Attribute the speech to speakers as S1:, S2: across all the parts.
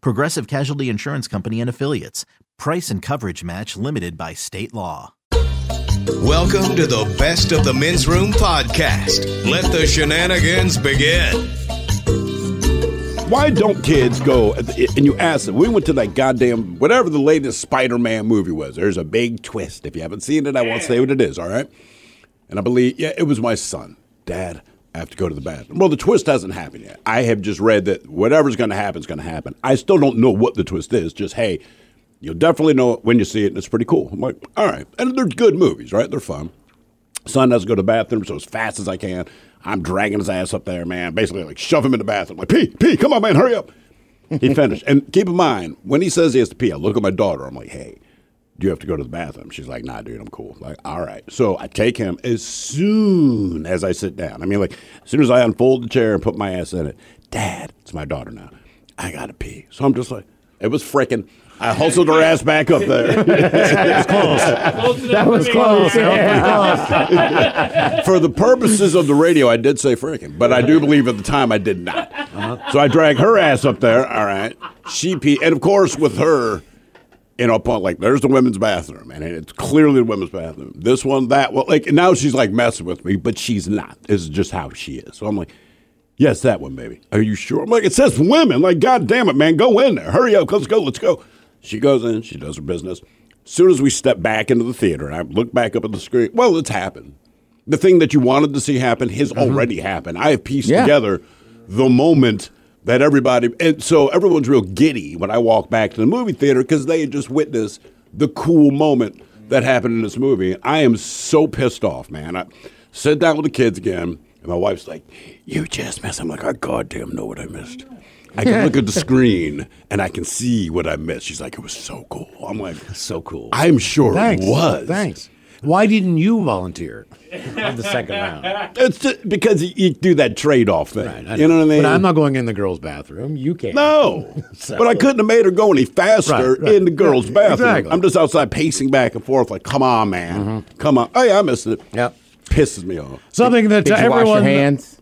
S1: Progressive Casualty Insurance Company and Affiliates. Price and coverage match limited by state law.
S2: Welcome to the Best of the Men's Room podcast. Let the shenanigans begin.
S3: Why don't kids go and you ask them? We went to that goddamn whatever the latest Spider-Man movie was. There's a big twist. If you haven't seen it, I won't say what it is. All right. And I believe, yeah, it was my son. Dad, I have to go to the bathroom. Well, the twist hasn't happened yet. I have just read that whatever's going to happen is going to happen. I still don't know what the twist is. Just hey, you'll definitely know it when you see it, and it's pretty cool. I'm like, all right. And they're good movies, right? They're fun. Son doesn't go to the bathroom, so as fast as I can, I'm dragging his ass up there, man. Basically, like shove him in the bathroom. Like, pee, pee, come on, man, hurry up. He finished. and keep in mind, when he says he has to pee, I look at my daughter. I'm like, hey, do you have to go to the bathroom? She's like, nah, dude, I'm cool. I'm like, all right. So I take him as soon as I sit down. I mean, like, as soon as I unfold the chair and put my ass in it, Dad, it's my daughter now. I gotta pee. So I'm just like, it was freaking. I hustled her ass back up there.
S4: That was close.
S3: For the purposes of the radio, I did say frickin', but I do believe at the time I did not.
S4: Uh-huh.
S3: So I drag her ass up there. All right, she pee, and of course with her, you know, upon like there's the women's bathroom, and it's clearly the women's bathroom. This one, that one, like now she's like messing with me, but she's not. This is just how she is. So I'm like, yes, that one, baby. Are you sure? I'm like, it says women. Like, god damn it, man, go in there. Hurry up, let's go, let's go. She goes in, she does her business. Soon as we step back into the theater, and I look back up at the screen, well, it's happened the thing that you wanted to see happen has
S5: Mm-hmm.
S3: already happened. I have pieced
S4: Yeah.
S3: together the moment that everybody, and so everyone's real giddy when I walk back to the movie theater because they had just witnessed the cool moment that happened in this movie. And I am so pissed off, man. I sit down with the kids again, and my wife's like, You just missed. I'm like, I goddamn know what I missed. I can look at the screen and I can see what I missed. She's like, It was so cool. I'm like, So cool. I'm sure
S5: Thanks.
S3: it was.
S5: Thanks. Why didn't you volunteer on the second round?
S3: It's just because you, you do that trade off thing.
S5: I
S3: you know what I mean?
S5: But I'm not going in the girls' bathroom. You can't.
S3: No, but I couldn't have made her go any faster
S5: Right, right.
S3: in the girls' bathroom.
S5: Exactly. Mm-hmm.
S3: I'm just outside pacing back and forth, like, "Come on, man, come on." Hey, I missed it.
S5: Yep.
S3: pisses me off.
S5: Something that
S4: Did you
S5: everyone.
S4: wash your hands?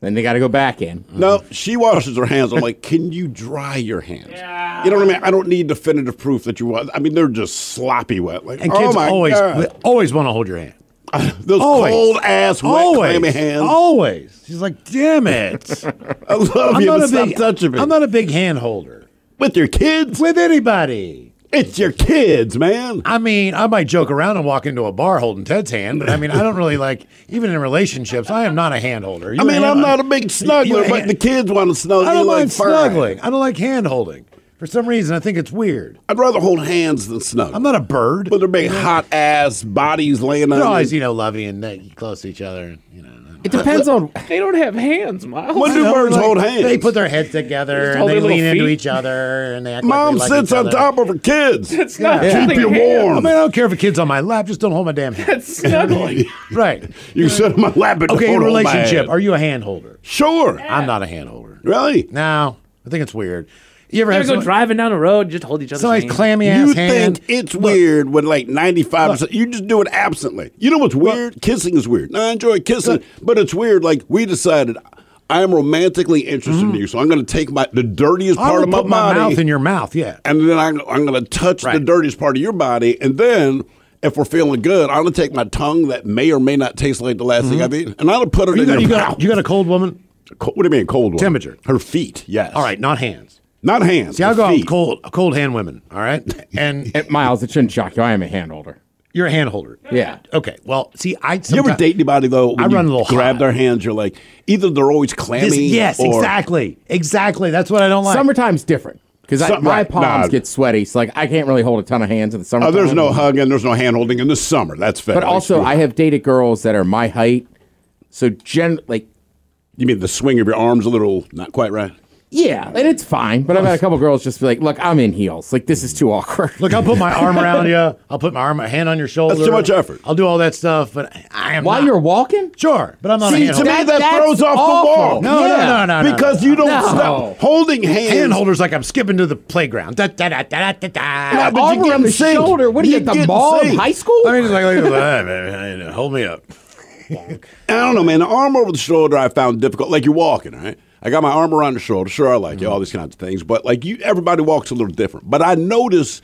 S4: Then they got to go back in.
S3: No, she washes her hands. I'm like, "Can you dry your hands?" You know what I mean? I don't need definitive proof that you was. I mean, they're just sloppy wet. Like,
S5: And
S3: oh
S5: kids
S3: my
S5: always
S3: God.
S5: always want to hold your hand.
S3: those
S5: always.
S3: cold ass wet
S5: always.
S3: clammy hands.
S5: Always. She's like, damn it.
S3: I love
S5: I'm
S3: you,
S5: not
S3: but
S5: a
S3: stop
S5: big.
S3: touching me.
S5: I'm not a big hand holder
S3: with your kids.
S5: with anybody.
S3: It's your kids, man.
S5: I mean, I might joke around and walk into a bar holding Ted's hand, but I mean, I don't really like even in relationships. I am not a hand
S3: I
S5: holder. You're
S3: mean,
S5: hand-
S3: I'm not a big
S5: You're
S3: snuggler,
S5: a
S3: but
S5: hand-
S3: the kids want to snuggle.
S5: I don't
S3: You're
S5: mind
S3: like, "Fine."
S5: snuggling. I don't like hand holding. For some reason, I think it's weird.
S3: I'd rather hold hands than snuggle.
S5: I'm not a bird.
S3: But they're big hot ass bodies laying
S5: They're
S3: on.
S5: always,
S3: you.
S5: you know, lovey and uh, close to each other. And, you know,
S4: It depends on. They don't have hands, Miles.
S3: When do birds
S5: Like,
S3: hold hands?
S5: They put their heads together and
S4: hold
S5: they
S4: their little
S5: lean into
S4: feet.
S5: each other and they act
S3: Mom
S5: like they like
S3: sits
S5: each
S3: on
S5: other.
S3: top of her kids.
S4: It's not
S5: Yeah.
S4: holding
S3: Keep you
S4: hands.
S5: I
S3: warm.
S5: mean, I don't care if a kid's on my lap. Just don't hold my damn hand.
S4: It's snuggling.
S5: right.
S3: you sit on my lap and
S5: Okay, in
S3: hold on oh, my
S5: relationship,
S3: head.
S5: are you a hand holder?
S3: Sure.
S5: I'm not a hand holder.
S3: Really?
S5: No, I think it's weird. You ever
S4: They
S5: have
S4: go
S5: someone,
S4: driving down the road, just hold each other's
S5: somebody's
S4: hand.
S5: clammy ass
S3: You
S5: hand?
S3: think it's weird when like 95%, you just do it absently. You know what's weird? Kissing is weird. Now, I enjoy kissing, but it's weird. Like, we decided I'm romantically interested in you, so I'm going to take my the dirtiest
S5: Mm-hmm. I
S3: part
S5: would
S3: of my
S5: put my
S3: body
S5: mouth in your mouth. Yeah.
S3: and then I'm, I'm going to touch the
S5: Right.
S3: dirtiest part of your body, and then if we're feeling good, I'm going to take my tongue that may or may not taste like the last thing I've eaten, and I'm going to put it
S5: Mm-hmm. You
S3: in
S5: got,
S3: your
S5: you,
S3: mouth.
S5: got, you got a cold woman?
S3: Co- what do you mean, cold? One?
S5: Temperature.
S3: Her feet. Yes.
S5: All right, not hands.
S3: Not hands.
S5: See, I'll
S3: but
S5: go out with
S3: feet.
S5: cold, cold hand women. All right, and
S4: Miles, it shouldn't shock you. I am a hand holder.
S5: you're a hand holder.
S4: Yeah.
S5: Okay. Well, see, I
S3: You ever
S5: sometime-
S3: date anybody though? When
S5: I run
S3: you
S5: a little
S3: Grab
S5: hot.
S3: their hands. You're like, either they're always clammy.
S5: This- yes,
S3: or-
S5: exactly, exactly. That's what I don't like.
S4: Summertime's different because
S3: Some-
S4: my
S3: right,
S4: palms
S3: nah.
S4: get sweaty. So like I can't really hold a ton of hands in the summer.
S3: Oh, there's no hugging. There's no hand holding in the summer. That's fair.
S4: But
S3: Like,
S4: also,
S3: screw
S4: I
S3: it.
S4: have dated girls that are my height. So gen like
S3: You mean the swing of your arms a little? Not quite right.
S4: yeah, and it's fine. But I've had a couple girls just be like, "Look, I'm in heels. Like this is too awkward."
S5: Look, I'll put my arm around you. I'll put my arm, my hand on your shoulder.
S3: That's too much effort.
S5: I'll do all that stuff, but I- I am
S4: while
S5: not-
S4: you're walking,
S5: sure, but I'm not
S4: See,
S5: a hand
S3: To
S5: holder.
S3: me,
S4: That-
S3: that
S4: that's
S3: throws off
S4: awful.
S3: the ball.
S5: No,
S4: Yeah.
S5: no, no, no,
S3: because you don't
S4: No.
S3: stop holding hands.
S5: hand holders like I'm skipping to the playground. Da, da, da, da, da, da.
S3: Yeah, but
S4: arm
S3: you get
S4: around
S3: in
S4: the
S3: sync.
S4: shoulder. What are you,
S3: You
S4: at the
S3: get in
S4: mall in
S3: sync.
S4: high school?
S5: I mean, it's like, like, "Hey, man, hey, hold me up.
S3: I don't know, man. The arm over the shoulder I found difficult. Like you're walking, right? I got my arm around the shoulder. Sure, I like
S6: Mm-hmm.
S3: you, all these kinds of things. But like you, everybody walks a little different. But I notice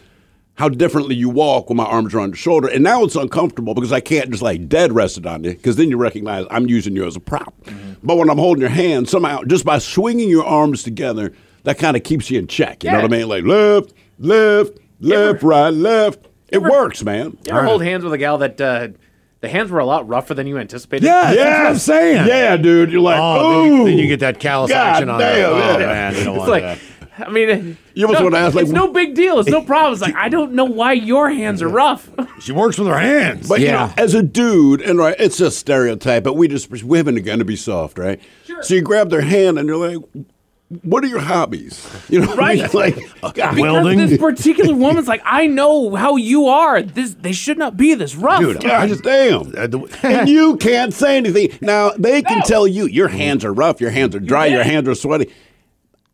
S3: how differently you walk when my arms are on your shoulder, and now it's uncomfortable because I can't just like dead rest it on you because then you recognize I'm using you as a prop.
S6: Mm-hmm.
S3: But when I'm holding your hand, somehow just by swinging your arms together, that kind of keeps you in check. You know what I mean? Like left, left, left, right, left. It works, man.
S6: You ever hold hands with a gal that uh, the hands were a lot rougher than you anticipated?
S5: Yeah,
S3: Yeah,
S5: that's what I'm saying.
S3: Yeah, dude. You're like,
S5: Oh,
S3: ooh.
S5: then you- then you get that callus
S3: God
S5: action on there.
S3: damn,
S5: Oh,
S3: yeah.
S5: man, you don't
S6: It's
S5: want
S6: like,
S5: that.
S6: I mean,
S3: You almost
S6: no,
S3: wanna ask, like,
S6: it's no big deal. It's no problem. It's like, I don't know why your hands are rough.
S5: She works with her hands.
S3: But
S4: Yeah.
S3: you know, as a dude, and right, it's a stereotype, but we just women are going to be soft, right? Sure. So you grab their hand and you're like, "What are your hobbies?" You know, what I mean?
S6: Right.
S3: Like, God,
S6: Because
S5: Welding?
S6: this particular woman's like, I know how you are. This they should not be this rough.
S5: Dude,
S3: God
S5: I just-
S3: damn.
S5: Uh, the-
S3: and you can't say anything. Now they can
S6: No.
S3: tell you your hands are rough, your hands are dry, your
S6: did.
S3: hands are sweaty.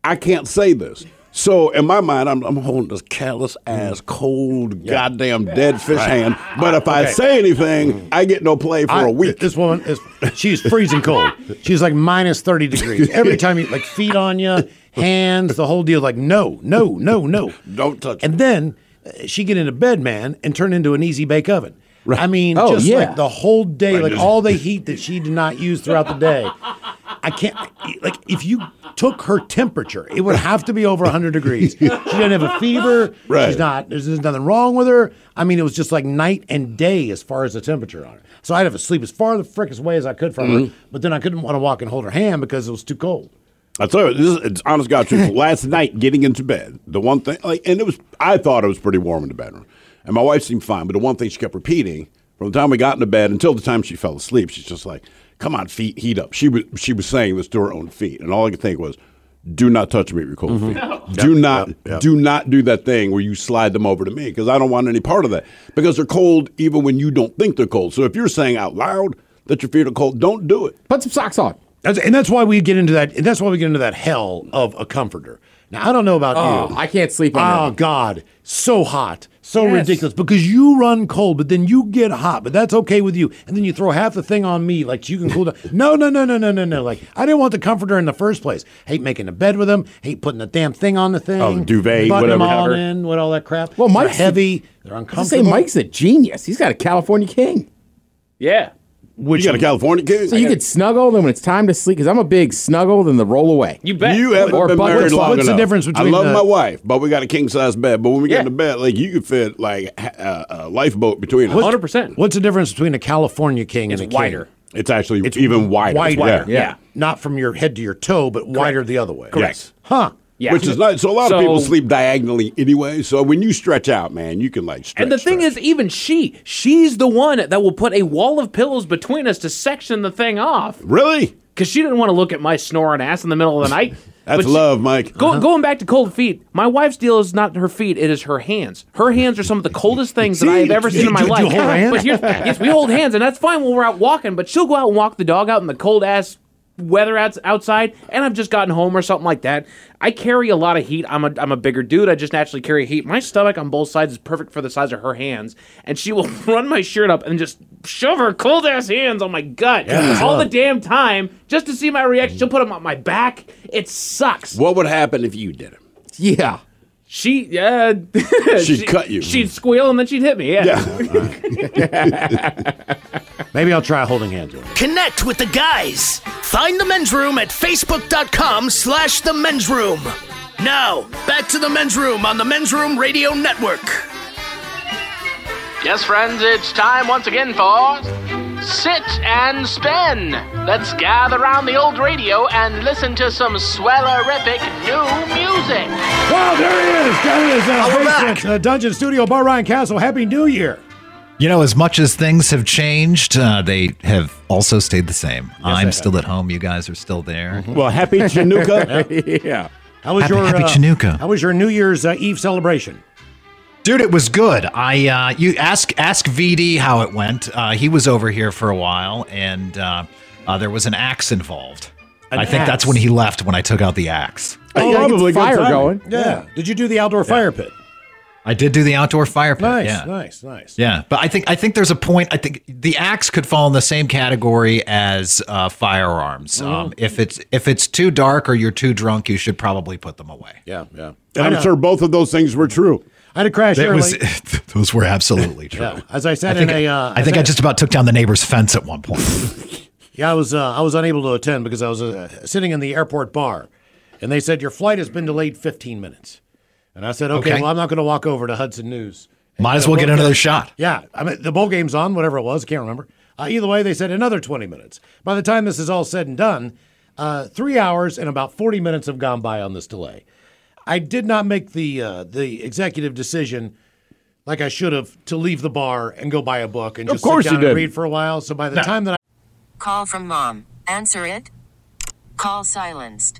S3: I can't say this. So in my mind, I'm, I'm holding this callous ass,
S5: Mm.
S3: cold, goddamn dead fish hand. But if I say anything, I get no play for
S5: Mm. I-
S3: a week.
S5: This woman is she's freezing cold. She's like minus thirty degrees every time you like feet on you, hands, the whole deal. Like no, no, no, no.
S3: Don't touch
S5: And then uh, she get into bed, man, and turn into an easy bake oven. I mean,
S4: Oh,
S5: just
S4: yeah.
S5: like the whole day, like
S3: just-
S5: all the heat that she did not use throughout the day. I can't like if you took her temperature, it would have to be over 100 degrees. She doesn't have a fever.
S3: Right.
S5: She's not. There's, there's nothing wrong with her. I mean, it was just like night and day as far as the temperature on her. So I'd have to sleep as far the frickest way as I could from her. But then I couldn't want to walk and hold her hand because it was too cold.
S3: I tell you, this is it's honest God truth. Last night, getting into bed, the one thing, like, and it was, I thought it was pretty warm in the bedroom, and my wife seemed fine. But the one thing she kept repeating from the time we got into bed until the time she fell asleep, she's just like, "Come on, feet, heat up." She was she was saying this to her own feet, and all I could think was, "Do not touch me with your cold feet. Do not, do not do that thing where you slide them over to me because I don't want any part of that because they're cold even when you don't think they're cold. So if you're saying out loud that your feet are cold, don't do it.
S4: put some socks on.
S5: That's, and that's why we get into that. And that's why we get into that hell of a comforter. Now I don't know about
S4: Oh,
S5: you.
S4: I can't sleep on
S5: Oh
S4: that.
S5: God, so hot, so
S6: Yes.
S5: ridiculous. Because you run cold, but then you get hot, but that's okay with you. And then you throw half the thing on me, like you can cool down. No, no, no, no, no, no, no. Like I didn't want the comforter in the first place. Hate making a bed with them. Hate putting the damn thing on the thing.
S3: Oh, the duvet,
S5: button them
S3: whatever,
S5: all
S3: cover.
S5: in, what all that crap.
S4: Well,
S5: they're
S4: Mike's-
S5: heavy. They're
S4: I say
S5: uncomfortable.
S4: Mike's a genius. He's got a California king.
S6: yeah.
S3: you got a California kid?
S4: So you could snuggle, then when it's time to sleep, because I'm a big snuggle, then the roll away.
S6: You bet.
S3: You haven't
S4: Or
S3: been
S4: bucket-
S3: married
S4: what's-
S3: long
S5: what's the
S3: enough.
S5: difference between
S3: I love
S5: the-
S3: my wife, but we got a king size bed. But when we
S6: Yeah.
S3: get in the bed, like you could fit like a, a lifeboat between us.
S6: 100%.
S5: What's the difference between a California king and a king?
S6: wider.
S3: It's actually it's even wider. Yeah.
S5: Wider, yeah. Not from your head to your toe, but wider the other way.
S3: Yes.
S5: Huh.
S6: Yeah.
S3: Which is nice. So a lot
S6: So-
S3: of people sleep diagonally anyway. So when you stretch out, man, you can like stretch.
S6: And the thing
S3: stretch.
S6: is, even she, she's the one that will put a wall of pillows between us to section the thing off.
S3: really,
S6: Because she didn't want to look at my snoring ass in the middle of the night.
S3: that's
S6: But she-
S3: love, Mike.
S6: Go, Going back to cold feet, my wife's deal is not her feet; it is her hands. Her hands are some of the coldest things that I have ever seen in my
S5: do- do
S6: life.
S5: you hold hands?
S6: But here's, yes, we hold hands, and that's fine when we're out walking. But she'll go out and walk the dog out in the cold ass weather outs- outside, and I've just gotten home or something like that. I carry a lot of heat. I'm a I'm a bigger dude. I just naturally carry heat. My stomach on both sides is perfect for the size of her hands, and she will run my shirt up and just shove her cold ass hands on my gut all the damn time just to see my reaction. She'll put them on my back. It sucks.
S3: What would happen if you did it?
S4: Yeah.
S6: She yeah.
S3: She'd cut you.
S6: She'd squeal and then she'd hit me. Yeah.
S5: Maybe I'll try holding hands with her.
S7: Connect with the guys. Find the men's room at facebook.com slash the men's room. Now, back to the men's room on the Men's Room Radio Network.
S8: Yes, friends, it's time once again for Sit and Spin. Let's gather around the old radio and listen to some swellerific new music.
S5: Wow, there he is. There he is in
S8: Oh, we're
S5: the basement, uh, Dungeon Studio, Bar Ryan Castle. Happy New Year.
S9: You know, as much as things have changed, uh, they have also stayed the same. I'm still at home. You guys are still there.
S5: Mm-hmm.
S3: Well, happy
S5: Chinooka. yeah. How was
S9: Happy-
S5: your
S9: happy
S5: uh,
S9: Chinooka.
S5: How was your New Year's uh, Eve celebration?
S9: Dude, it was good. I uh, you ask ask VD how it went. Uh, he was over here for a while, and uh, uh, there was an axe involved.
S5: An
S9: I think
S5: axe?
S9: that's when he left when I took out the axe.
S5: Yeah. Did you do the outdoor fire pit?
S9: I did do the outdoor fire pit.
S5: Nice,
S9: yeah.
S5: nice, nice.
S9: Yeah, but I think I think there's a point. I think the axe could fall in the same category as uh, firearms.
S5: Mm-hmm.
S9: Um, if it's if it's too dark or you're too drunk, you should probably put them away.
S5: Yeah, yeah.
S3: And
S5: I know.
S3: I'm sure both of those things were true.
S5: I had a crash
S9: That
S5: early.
S9: was- those were absolutely true.
S5: yeah. As I
S9: I
S5: said
S9: think,
S5: in a, uh,
S9: I, think
S5: said-
S9: I just about took down the neighbor's fence at one point.
S5: Yeah, I was uh, I was unable to attend because I was uh, sitting in the airport bar, and they said your flight has been delayed 15 minutes, and I said, okay,
S9: Okay.
S5: well I'm not going to walk over to Hudson News.
S9: Might as
S5: And
S9: well
S5: the
S9: get
S5: bowl
S9: another
S5: game-
S9: shot.
S5: Yeah, I mean the bowl game's on, whatever it was, can't remember. Uh, either way, they said another 20 minutes. By the time this is all said and done, uh, three hours and about 40 minutes have gone by on this delay. I did not make the uh, the executive decision like I should have to leave the bar and go buy a book and
S10: Of
S5: just
S10: course you
S5: sit down and
S10: didn't.
S5: read for a while. So by the
S10: No.
S5: time that I
S10: Call from mom. Answer it. Call silenced.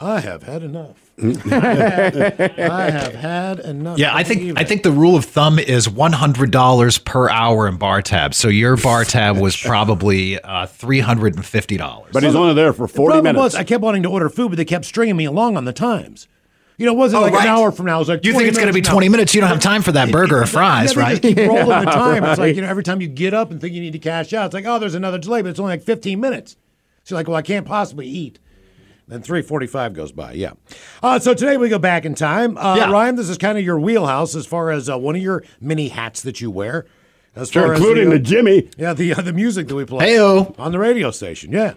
S5: I have had enough. I have had enough.
S9: Yeah, I
S5: Even-
S9: think I think the rule of thumb is one hundred dollars per hour in bar tab. So your bar tab was probably uh, three hundred and fifty dollars.
S3: But he's only there for
S5: The
S3: 40
S5: problem
S3: minutes.
S5: was I kept wanting to order food, but they kept stringing me along on the times. You know, it wasn't
S9: Oh,
S5: like
S9: right.
S5: an hour from now. It was like
S9: You think it's going to be twenty minutes? You don't have time for that burger or fries, right?
S5: Keep rolling the time. It's like
S9: Right.
S5: you know, every time you get up and think you need to cash out, it's like, oh, there's another delay, but it's only like 15 minutes. So you're like, well, I can't possibly eat. Then 3:45 goes by. Yeah. Uh, so today we go back in time. Uh, Ryan, this is kind of your wheelhouse as far as uh, one of your mini hats that you wear. As
S3: Sure,
S5: far as
S3: including
S5: uh,
S3: the Jimmy.
S5: Yeah, the uh, the music that we play.
S9: Heyo.
S5: on the radio station. Yeah.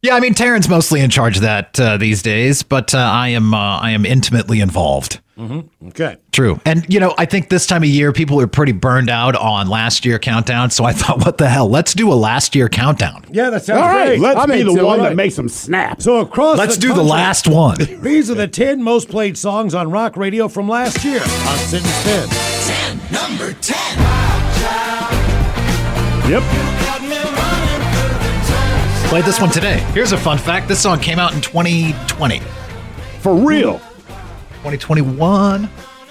S9: Yeah, I mean, Taryn's mostly in charge of that uh, these days, but uh, I am uh, I am intimately involved.
S5: Mm-hmm. Okay.
S9: True. And, you know, I think this time of year, people are pretty burned out on last year countdown. So I thought, what the hell? Let's do a last year countdown.
S5: Yeah, that sounds
S3: All right,
S5: great.
S3: let's
S5: I'm
S3: be the
S5: into it.
S3: one
S5: All
S3: that
S5: right.
S3: makes them snap.
S5: So across,
S9: Let's do the
S5: country,
S9: last one.
S5: These are the ten most played songs on rock radio from last year on Sit and Spin.
S7: Number 10.
S3: Yep.
S9: Played this one today. Here's a fun fact this song came out in 2020.
S3: For real.
S9: 2021.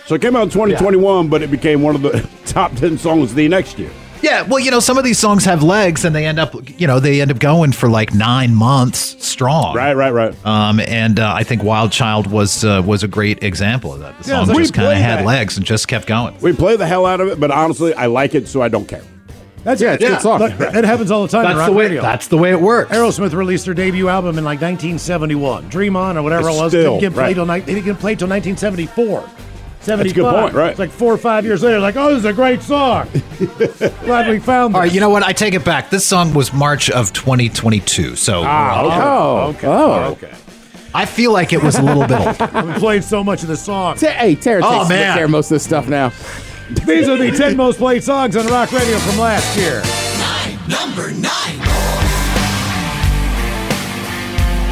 S3: So it came out in 2021, but it became one of the top 10 songs the next year.
S9: Yeah, well, you know, some of these songs have legs and they end up, you know, they end up going for like nine months strong. Right,
S3: right, right.
S9: Um, and uh, I think Wild Child was uh, was a great example of that. The
S3: Yeah,
S9: song
S3: we
S9: just kind of
S3: played
S9: had
S3: that.
S9: legs and just kept going.
S3: We play the hell out of it, but honestly, I like it, so I don't care.
S5: That's
S9: Yeah,
S5: it.
S9: it's good song.
S5: Look,
S9: Right.
S5: It happens all the time.
S9: That's
S5: in rock
S9: the way-
S5: Radio.
S9: that's the way it works.
S5: Aerosmith released their debut album in like 1971. Dream On or whatever
S3: It's
S5: it was
S3: still-
S5: didn't get played
S3: right.
S5: till ni- they didn't get played till 1974. 75.
S3: That's a good point, right.
S5: It's like four or five years later, like, oh, this is a great song. Glad we found
S9: All right, you know what? I take it back. This song was March of 2022. So
S5: Ah, okay. Oh, okay.
S9: okay. I feel like it was a little bit old.
S5: we played so much of the song.
S4: hey, Tara
S9: Oh,
S4: takes
S9: man.
S4: care of most of this stuff now.
S5: These are the 10 most played songs on rock radio from last year.
S7: Number nine.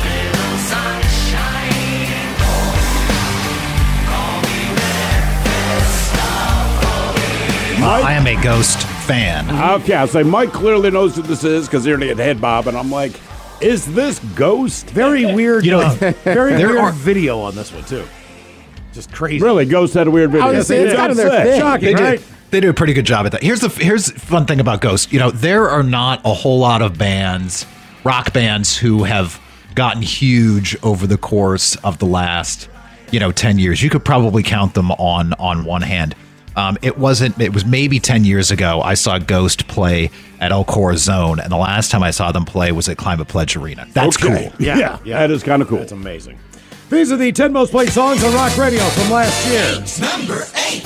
S7: Little sunshine. Call me
S9: I am a ghost fan.
S3: Okay, I say Mike clearly knows what this is because they're at head bob, and I'm like, is this Ghost?
S5: Very weird.
S3: You know,
S5: very
S3: there
S5: weird
S3: are-
S5: video on this one, too. Just crazy.
S3: Really, Ghost had a weird video.
S9: They do- They do a pretty good job at that. Here's the here's the fun thing about Ghost. You know, there are not a whole lot of bands, rock bands, who have gotten huge over the course of the last, you know, ten years. You could probably count them on on one hand. Um, it wasn't. It was maybe ten years ago. I saw Ghost play at Elcor Zone, and the last time I saw them play was at Climate Pledge Arena. That's
S3: Okay.
S9: cool.
S3: Yeah, that is kind of cool. That's
S5: amazing. These are the 10 most played songs on rock radio from last year.
S7: Number eight.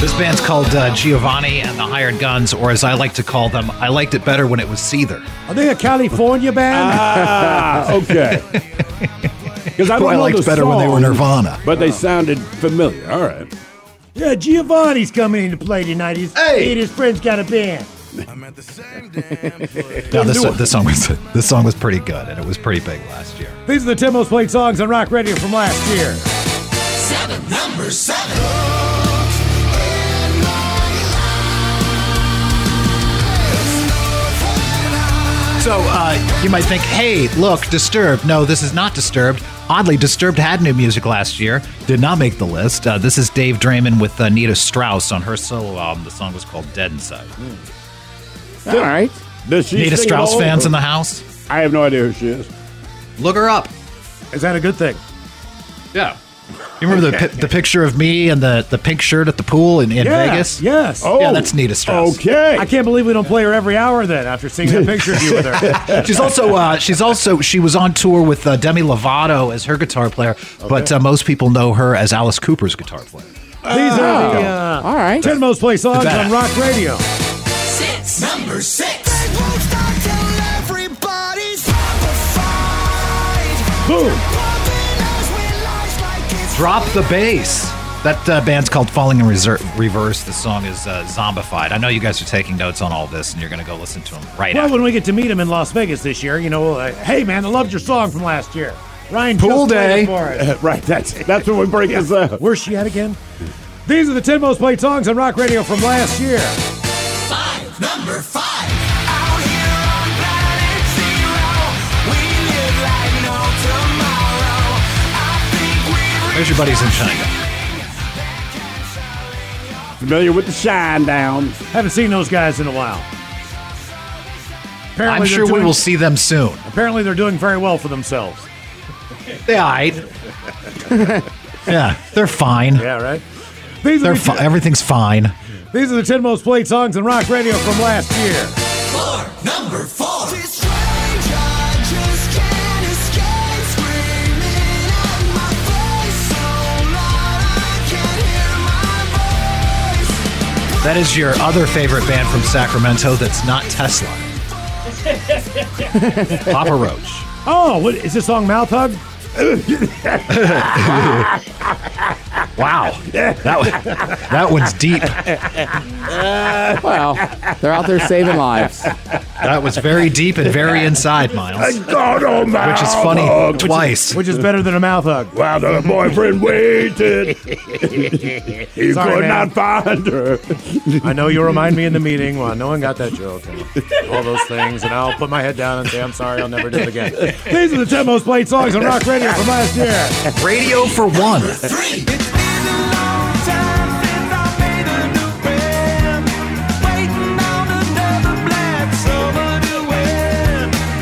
S9: This band's called uh, Giovanni and the Hired Guns, or as I like to call them, I liked it better when it was Seether.
S5: Are they a California band?
S3: Ah, okay. Because I,
S9: Who
S3: don't
S9: I
S3: know
S9: liked
S3: the
S9: better when they were
S3: song,
S9: Nirvana.
S3: but they sounded familiar. All right,
S5: Yeah, Giovanni's coming in to play tonight. He's, hey! and his friend's got a band.
S9: No, this, this song was this song was pretty good, and it was pretty big last year.
S5: These are the 10 most played songs on rock radio from last year.
S7: Seven. Number seven.
S9: So uh, you might think, hey, look, Disturbed. No, this is not Disturbed. Oddly, Disturbed had new music last year, did not make the list. Uh, this is Dave Draymond with uh, Nita Strauss on her solo album. The song was called Dead Inside.
S4: All right.
S3: Does she
S9: Nita
S3: sing
S9: Strauss
S3: along?
S9: fans in the house?
S3: I have no idea who she is.
S9: Look her up.
S5: Is that a good thing?
S9: Yeah. You remember the, pi- the picture of me and the, the pink shirt at the pool in, in
S5: Yeah,
S9: Vegas?
S5: yes.
S9: yeah,
S5: Oh,
S9: that's Nita Strauss.
S3: Okay.
S5: I can't believe we don't play her every hour then after seeing that picture of you with her.
S9: she's also uh, she's also she was on tour with uh, Demi Lovato as her guitar player, but
S5: Okay.
S9: uh, most people know her as Alice Cooper's guitar player.
S5: These are the
S3: Oh.
S5: uh, all right. 10 most played songs
S9: best.
S5: on rock radio.
S7: Six. Number six.
S3: Boom!
S9: Drop the bass. That uh, band's called Falling in Reser- Reverse. The song is uh, Zombified. I know you guys are taking notes on all this, and you're going to go listen to them right
S5: Well,
S9: after.
S5: when we get to meet him in Las Vegas this year, you know, we'll, uh, hey man, I loved your song from last year. Ryan
S3: Pool
S5: just played
S3: day.
S5: it For us.
S3: right, that's that's when we break this up.
S5: Where's she at again? These are the 10 most played songs on rock radio from last year.
S7: Number five. Out here on planet zero, we live like no tomorrow.
S9: Where's your buddies in China?
S3: Familiar with the shine down.
S5: Haven't seen those guys in a while. Apparently
S9: I'm
S5: they're
S9: sure we
S5: doing-
S9: will see them soon.
S5: Apparently they're doing very well for themselves.
S9: They all right. yeah, they're fine.
S5: Yeah, right. These are
S9: They're
S5: the
S9: fi- everything's fine.
S5: These are the 10 most played songs on rock radio from last year.
S7: Number four. This strange, I just can't escape screaming at my face so loud I can't hear my voice.
S9: That is your other favorite band from Sacramento that's not Tesla. Papa Roach.
S5: Oh, what is this song Mouth Hug?
S9: Wow. That, one- that one's deep.
S4: Well, they're out there saving lives.
S9: That was very deep and very inside, Miles.
S3: God, oh my
S9: Which is funny
S3: God.
S9: twice.
S5: Which is better than a mouth hug.
S3: While the boyfriend waited, he
S5: Sorry,
S3: could
S5: man.
S3: not find her.
S5: I know you remind me in the meeting. Well, no one got that joke. and all those things, and I'll put my head down and say I'm sorry. I'll never do it again. These are the ten most played songs on rock radio from last year.
S9: Radio for one.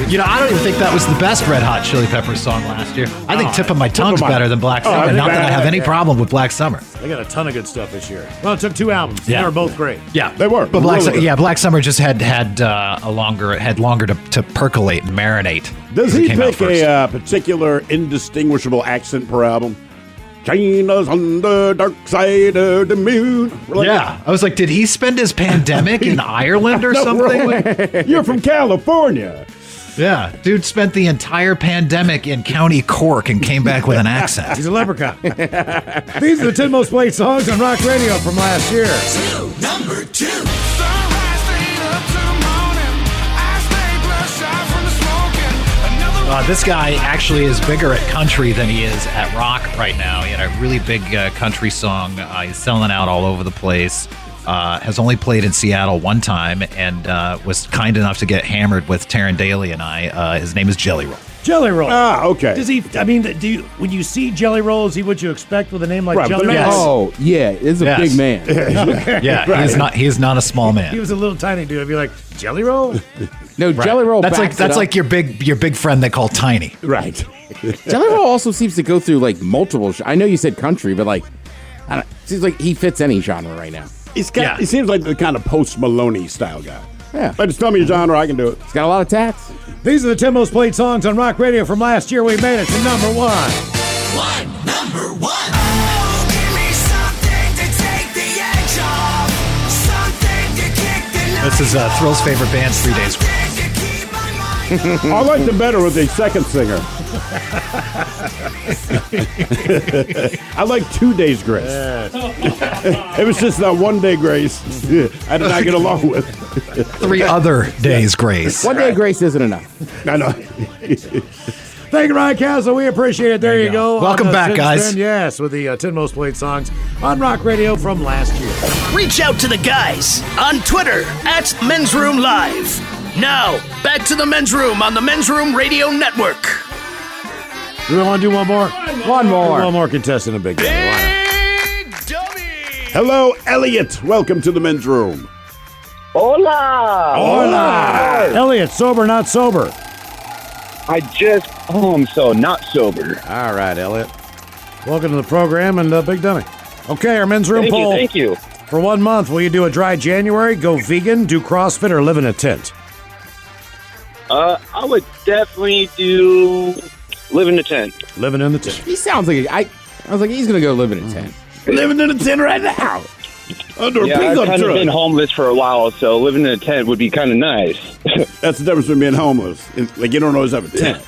S9: You know, I don't even think that was the best Red Hot Chili Peppers song last year. I think
S5: Oh,
S9: Tip of My
S5: Tip of
S9: Tongue's
S5: My-
S9: better than Black
S5: Oh, I
S9: Summer.
S5: think
S9: Not that
S5: that-
S9: I have any
S5: yeah.
S9: problem with Black Summer.
S5: They got a ton of good stuff this year. Well, it took two albums. Yeah.
S9: Yeah.
S5: They were both great.
S9: Yeah,
S5: They were.
S9: But Black,
S5: Really
S9: Summer,
S5: good.
S9: yeah, Black Summer just had had uh, a longer had longer to, to percolate and marinate.
S3: Does
S9: It
S3: he
S9: came out
S3: pick
S9: first.
S3: a uh, particular indistinguishable accent per album? China's on the dark side of the moon.
S9: yeah, I was like, did he spend his pandemic in Ireland or
S3: No,
S9: something?
S3: right. You're from California.
S9: Yeah, dude spent the entire pandemic in County Cork and came back with an accent.
S5: He's a leprechaun. These are the 10 most played songs on rock radio from last year.
S7: Number two. Sunrise stayed up till morning. I stayed bloodshot from the smoking. Another
S9: Uh, this guy actually is bigger at country than he is at rock right now. He had a really big uh, country song. Uh, he's selling out all over the place. Uh, has only played in Seattle one time and uh, was kind enough to get hammered with Taryn Daly and I. Uh, his name is Jelly Roll.
S5: Jelly Roll.
S3: Ah, okay.
S5: Does he? I mean, do you, when you see Jelly Roll, is he what you expect with a name like
S9: Right,
S5: Jelly Roll?
S9: but- Yes.
S11: Oh, yeah, it's a
S9: Yes.
S11: big man.
S9: yeah, he's not. He is not a small man.
S5: He was a little tiny dude. I'd be like, Jelly Roll?
S11: No,
S9: Right.
S11: Jelly Roll.
S9: That's like
S11: backs it
S9: that's
S11: up.
S9: like your big your big friend they call Tiny.
S3: Right.
S11: Jelly Roll also seems to go through like multiple. Sh- I know you said country, but like, I don't, seems like he fits any genre right now.
S3: He's got, He seems like the kind of post Maloney style guy.
S11: Yeah.
S3: But just tell me your genre, I can do it. He's
S11: got a lot of tats.
S5: These are the 10 most played songs on rock radio from last year. We made it to number one.
S7: one, number one. Oh, give me something to take the edge off. Something to kick the
S9: This is uh, Thrill's favorite band, Three Days.
S3: I liked it better with the second singer. I like two days grace. it was just that one day grace I did not get along with.
S9: Three other days grace.
S11: One day grace isn't enough.
S3: I know.
S5: Thank you, Ryan Castle. We appreciate it. There, you go.
S9: go. Welcome
S5: On the
S9: back,
S5: since
S9: guys.
S5: then, yes, with the uh, 10 most played songs on rock radio from last year.
S12: Reach out to the guys on Twitter at Men's Room Live. Now, back to the Men's Room on the Men's Room Radio Network.
S5: Do we want to do one more? One more. One more contestant, a big deal.
S3: Hello, Elliot. Welcome to the men's room.
S13: Hola.
S5: Hola. Elliot, sober, not sober.
S13: I just home, so not sober.
S5: All right, Elliot. Welcome to the program and uh, Big Dummy. Okay, our men's room
S13: Thank you,
S5: poll.
S13: thank you.
S5: For one month, will you do a dry January, go vegan, do CrossFit, or live in a tent?
S13: Uh, I would definitely do live in a tent.
S5: Living in the tent.
S11: He sounds like a, I. I was like, he's gonna go live in a tent.
S3: Living in a tent right now. Under
S13: yeah,
S3: a
S13: I've
S3: pickup
S13: kind of
S3: truck.
S13: been homeless for a while, so living in a tent would be kind of nice.
S3: That's the difference between being homeless. It's Like you don't always have a tent.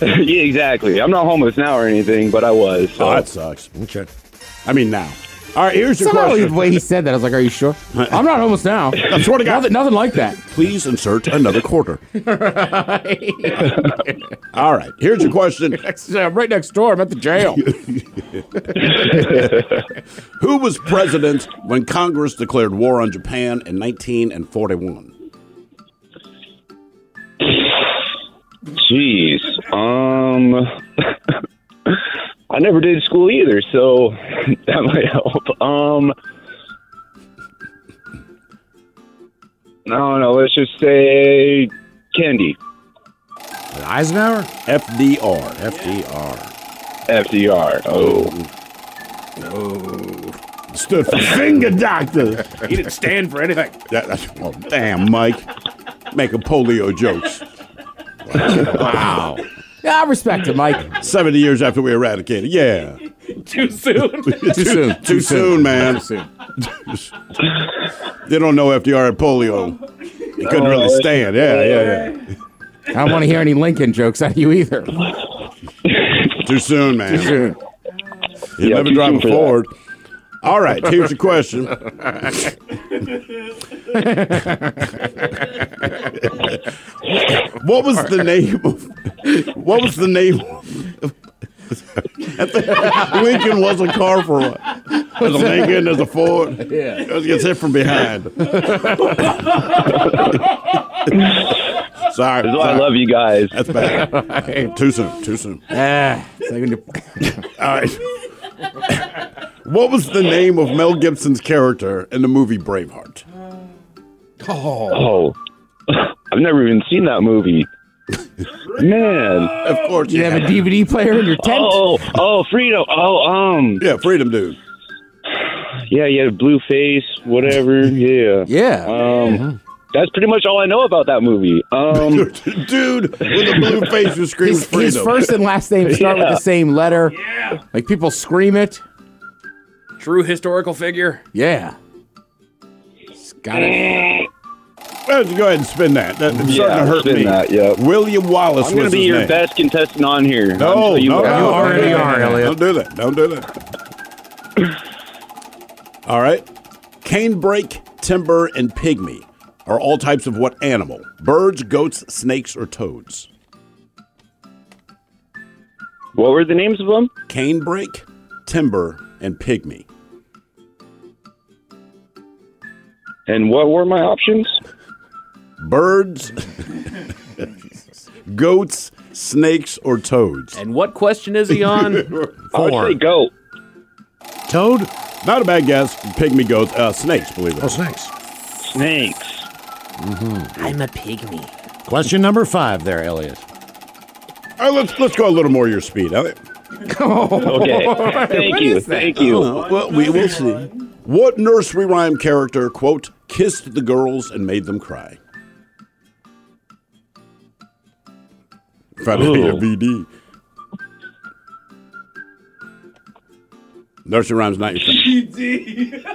S13: yeah, exactly. I'm not homeless now or anything, but I was. So.
S3: Oh, that sucks. Okay. I mean now. All right, here's your
S11: Somehow
S3: question.
S11: The way he said that, I was like, "Are you sure? I'm not homeless now.
S3: I swear to God.
S11: nothing, nothing like that."
S3: Please insert another quarter. All right, here's your question.
S11: I'm right next door. I'm at the jail.
S3: Who was president when Congress declared war on Japan in 1941?
S13: Jeez. Um, I never did school either, so that might help. Um, no, no. Let's just say candy.
S5: Eisenhower?
S3: FDR. FDR.
S13: FDR. Oh.
S3: Oh. Stood for finger doctor.
S6: He didn't stand for anything.
S3: That, that's, oh, damn, Mike. Making polio jokes. Wow.
S11: Yeah, I respect it, Mike.
S3: 70 years after we eradicated. Yeah.
S6: Too soon.
S3: Too soon. Too, soon, man. they don't know FDR had polio. He couldn't really stand. Yeah, yeah, yeah.
S11: I don't want to hear any Lincoln jokes out of you either.
S3: Too soon, man.
S11: Too soon.
S3: You
S11: Yeah,
S3: never
S11: too
S3: drive
S11: soon
S3: a
S11: for that.
S3: Ford. All right, here's your question. what was the name of what was the name of Lincoln was a car for what? There's a Lincoln, there's a Ford. Yeah. It gets hit from behind. sorry.
S13: This is why I love you guys.
S3: That's bad. too soon. Too soon.
S11: Ah, it's like when you-
S3: All right. What was the name of Mel Gibson's character in the movie Braveheart?
S13: Oh. I've never even seen that movie. Man, of
S3: course
S13: you, have a DVD player in your tent. Oh, oh, freedom. Oh, um,
S3: yeah, freedom, dude.
S13: Yeah, you had a blue face, whatever. Yeah, yeah. Um, that's pretty much all I know about that movie. Um,
S3: dude with a blue face who
S13: screams
S11: his, his first and last name start with the same letter. Yeah. Like people scream it.
S6: True historical figure.
S11: Yeah.
S3: Got it. Let's go ahead and spin that. That- That's
S13: Yeah,
S3: starting to hurt
S13: spin
S3: me.
S13: that,
S3: William Wallace
S13: I'm gonna
S3: was
S13: be
S3: his
S13: your
S3: name.
S13: best contestant on here.
S3: No,
S13: I'll tell
S3: no, no,
S13: what.
S3: no, no, no, no, Don't do that. Don't do that. All right. Canebrake, timber, and pygmy are all types of what animal? Birds, goats, snakes, or toads?
S13: What were the names of them?
S3: Canebrake, timber, and pygmy.
S13: And what were my options?
S3: Birds, goats, snakes, or toads?
S6: And what question is he on?
S3: Four.
S13: goat.
S3: Toad? Not a bad guess. Pygmy goats. Uh, snakes, believe it. Oh,
S5: snakes.
S13: Snakes.
S5: I'm a pygmy. Question number five there, Elliot.
S3: All right, let's let's go a little more your speed. Elliot.
S5: Okay. Thank Oh. What you. is that? Thank you.
S3: Uh, well, we will see. What nursery rhyme character quote kissed the girls and made them cry? Find out your VD. Nursery rhyme's not your thing.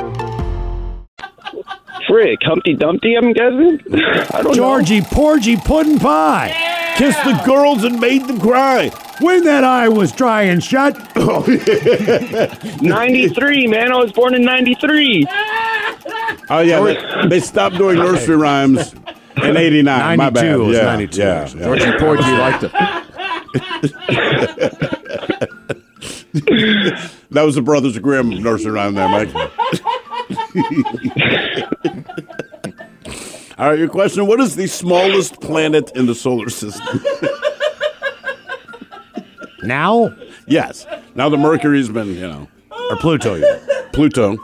S13: Frick, Humpty Dumpty. I'm guessing. I don't
S5: Georgie Porgy Puddin' Pie. Kissed the girls and made them cry. When that eye was dry and shut.
S13: Ninety-three, man. I was born in ninety-three.
S3: Oh yeah, they, they stopped doing nursery rhymes in '89. My bad.
S5: 92 was
S3: yeah,
S5: 92.
S3: Yeah, yeah.
S5: Georgie Porgy liked it.
S3: that was the Brothers Grimm nursery rhyme there, Mike. All right, your question: What is the smallest planet in the solar system?
S5: now?
S3: Yes. Now the Mercury's been, you know, or Pluto. you know. Pluto.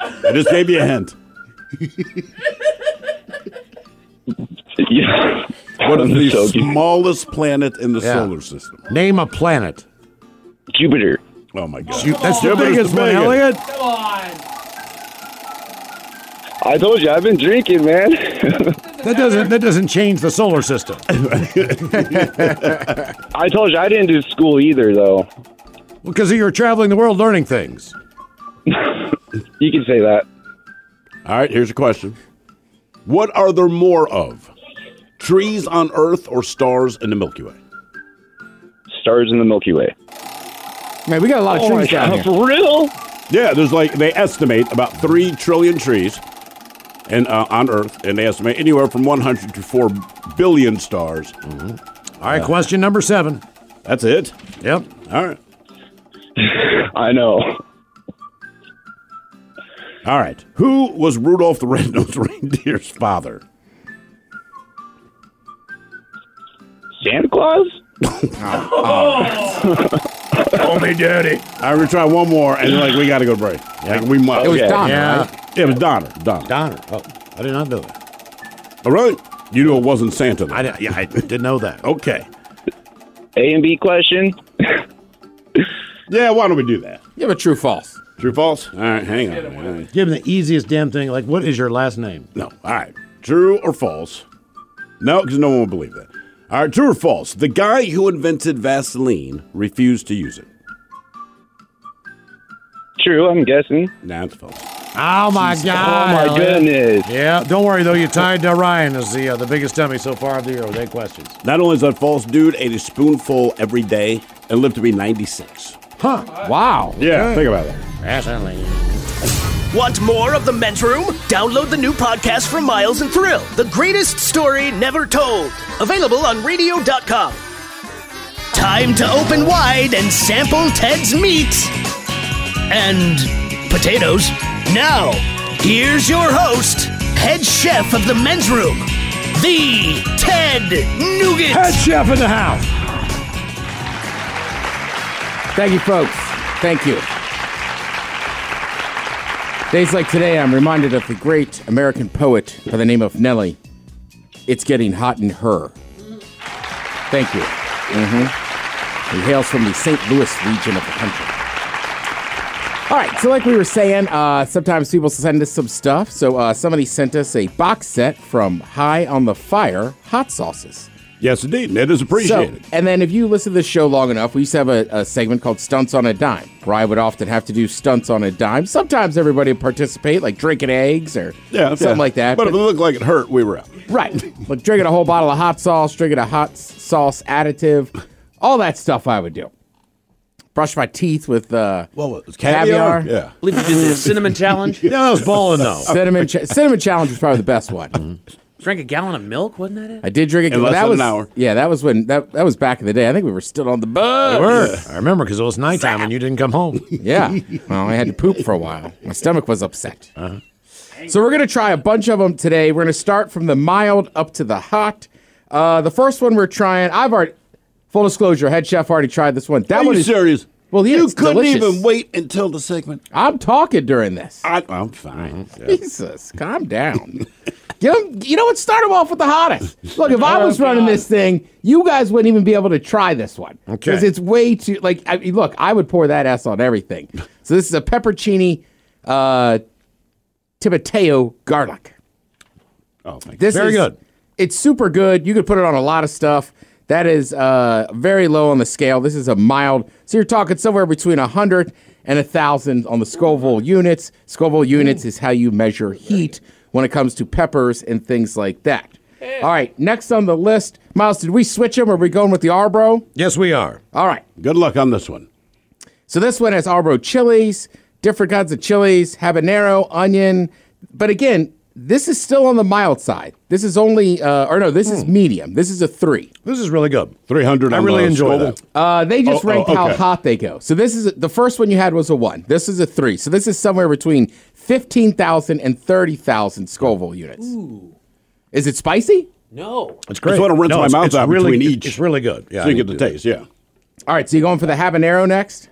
S3: I just gave you a hint.
S13: yeah.
S3: What is
S13: I'm
S3: the
S13: so confused.
S3: smallest planet in the
S5: Yeah.
S3: solar system?
S5: Name a planet.
S13: Jupiter.
S3: Oh my God.
S5: that's the
S3: Jupiter's
S5: biggest one,
S3: big.
S5: Elliot.
S13: I told you, I've been drinking, man.
S5: That doesn't that doesn't change the solar system.
S13: I told you I didn't do school either, though.
S5: Because you were traveling the world learning things.
S13: You can say that.
S3: All right, here's a question. What are there more of? Trees on Earth or stars in the Milky Way?
S13: Stars in the Milky Way.
S3: Man, we got a lot
S13: of Oh trees my down God, here. For real?
S3: Yeah, there's like they estimate about three trillion trees, and uh, on Earth, and they estimate anywhere from 100 to four billion stars.
S5: Mm-hmm. All right, question number seven.
S3: That's it.
S5: Yep.
S3: All right.
S13: I know.
S3: All right. Who was Rudolph the Red-Nosed Reindeer's father?
S13: Santa Claus?
S3: Call me daddy. I'm gonna try one more, and like we got to go to break. Like, we must.
S5: It was Okay. Donner,
S3: Yeah.
S5: right?
S3: Yeah, it was Donner. Donner.
S5: Donner. Oh, I did not know that.
S3: All right. You knew it wasn't Santa. Though. I
S5: didn't. Yeah, I didn't know that.
S3: Okay.
S13: A and B question.
S3: Yeah. Why don't we do that?
S5: Give a true false.
S3: True false. All right. Hang on. All right.
S5: Give him the easiest damn thing. Like, what is your last name?
S3: No. All right. True or false? No, because no one will believe that. All right. True or false? The guy who invented Vaseline refused to use it.
S13: True, I'm guessing.
S3: Nah, it's false.
S13: Oh,
S5: Oh my
S13: my
S5: God! Elliot.
S13: goodness.
S5: Yeah, don't worry though. You tied to Ryan as the uh, the biggest dummy so far of the year with eight questions.
S3: Not only is that false, dude ate a spoonful every day and lived to be 96.
S5: Huh? Wow.
S3: Yeah, think about that.
S5: Vaseline.
S12: Want more of The Men's Room? Download the new podcast from Miles and Thrill, The Greatest Story Never Told. Available on radio.com. Time to open wide and sample Ted's meat and potatoes. Now, here's your host, head chef of The Men's Room, the Ted Nugent.
S5: Head chef in the house.
S4: Thank you, folks. Thank you. Days like today, I'm reminded of the great American poet by the name of Nelly. It's getting hot in her. Thank you. hmm He hails from the St. Louis region of the country. All right, so like we were saying, uh, sometimes people send us some stuff. So uh, somebody sent us a box set from High on the Fire hot sauces.
S3: Yes, indeed. and That is appreciated.
S4: So, and then if you listen to this show long enough, we used to have a, a segment called Stunts on a Dime, where I would often have to do stunts on a dime. Sometimes everybody would participate, like drinking eggs or
S3: Yeah,
S4: something
S3: yeah.
S4: like that.
S3: But if it looked like it hurt, we were out.
S4: Right. like drinking a whole bottle of hot sauce, drinking a hot s- sauce additive, all that stuff I would do. Brush my teeth with uh, what was caviar.
S6: caviar? Yeah. I believe you did the cinnamon challenge.
S4: no,
S6: Yeah, that was
S4: balling
S6: balling, though. Mm-hmm.
S4: Cinnamon, cha- cinnamon challenge was probably the best one.
S6: Drank a gallon of milk, wasn't that it?
S4: I did drink it.
S6: In less
S4: that
S6: than
S4: was,
S6: an hour.
S4: Yeah, that was when that that was back in the day. I think we were still on the bus.
S5: We were. I remember because it was nighttime and you didn't come home.
S4: Yeah. Well, I had to poop for a while. My stomach was upset. So we're gonna try a bunch of them today. We're gonna start from the mild up to the hot. Uh, the first one we're trying, I've already full disclosure, head chef already tried this one. That
S3: Are
S4: one
S3: you
S4: is
S3: serious?
S4: Well, yeah,
S3: you
S4: it's
S3: couldn't
S4: delicious.
S3: even wait until the segment.
S4: I'm talking during this.
S3: I, I'm fine.
S4: Uh-huh. Jesus, calm down. Get 'em- you know what? Start them off with the hottest. Look, if I
S5: Oh,
S4: was running this thing, you guys wouldn't even be able to try this one.
S5: Okay.
S4: Because it's way too, like, I mean, look, I would pour that ass on everything. So this is a pepperoncini uh, Timoteo garlic.
S3: Oh, thank
S4: This
S5: Very
S4: is-
S5: good.
S4: It's super good. You could put it on a lot of stuff. That is uh, very low on the scale. This is a mild. So you're talking somewhere between 100 and 1,000 on the Scoville units. Scoville units is how you measure heat when it comes to peppers and things like that. All right, next on the list, Miles, did we switch them? Are we going with the Arbro?
S5: Yes, we are.
S4: All right.
S3: Good luck on this one.
S4: So this one has Arbro chilies, different kinds of chilies, habanero, onion. But again, this is still on the mild side. This is only, uh, or no, this is medium. This is a three.
S5: Hmm. This is really good.
S3: 300
S5: I on really the enjoy Scoville? that.
S4: Uh, they just
S5: Oh,
S4: ranked
S5: oh,
S4: how
S5: okay.
S4: hot they go. So this is, the first one you had was a one. This is a three. So this is somewhere between 15,000 and 30,000 Scoville units.
S6: Ooh.
S4: Is it spicy?
S6: No.
S3: It's great. That's what I rinse
S4: No,
S3: my
S4: it's-
S3: mouth
S4: it's
S3: out
S4: really-
S3: between
S4: it's
S3: each.
S5: really good.
S3: so you get the taste. Yeah.
S4: All right, so you're going for the habanero next?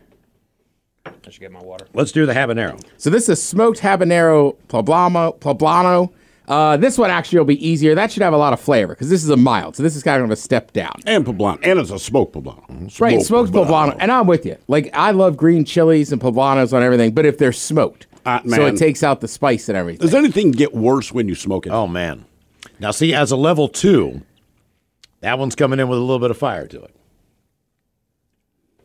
S6: I should get my water.
S5: Let's do the habanero.
S4: So this is smoked habanero poblano. poblano. Uh, this one actually will be easier. That should have a lot of flavor because this is a mild. So this is kind of a step down.
S3: And poblano. And it's a smoked poblano.
S4: right, smoked poblano. And I'm with you. Like, I love green chilies and poblanos on everything, but if they're smoked. so
S3: man.
S4: it takes out the spice and everything.
S3: Does anything get worse when you smoke it?
S5: Oh, man. Now, see, as a level two, that one's coming in with a little bit of fire to it.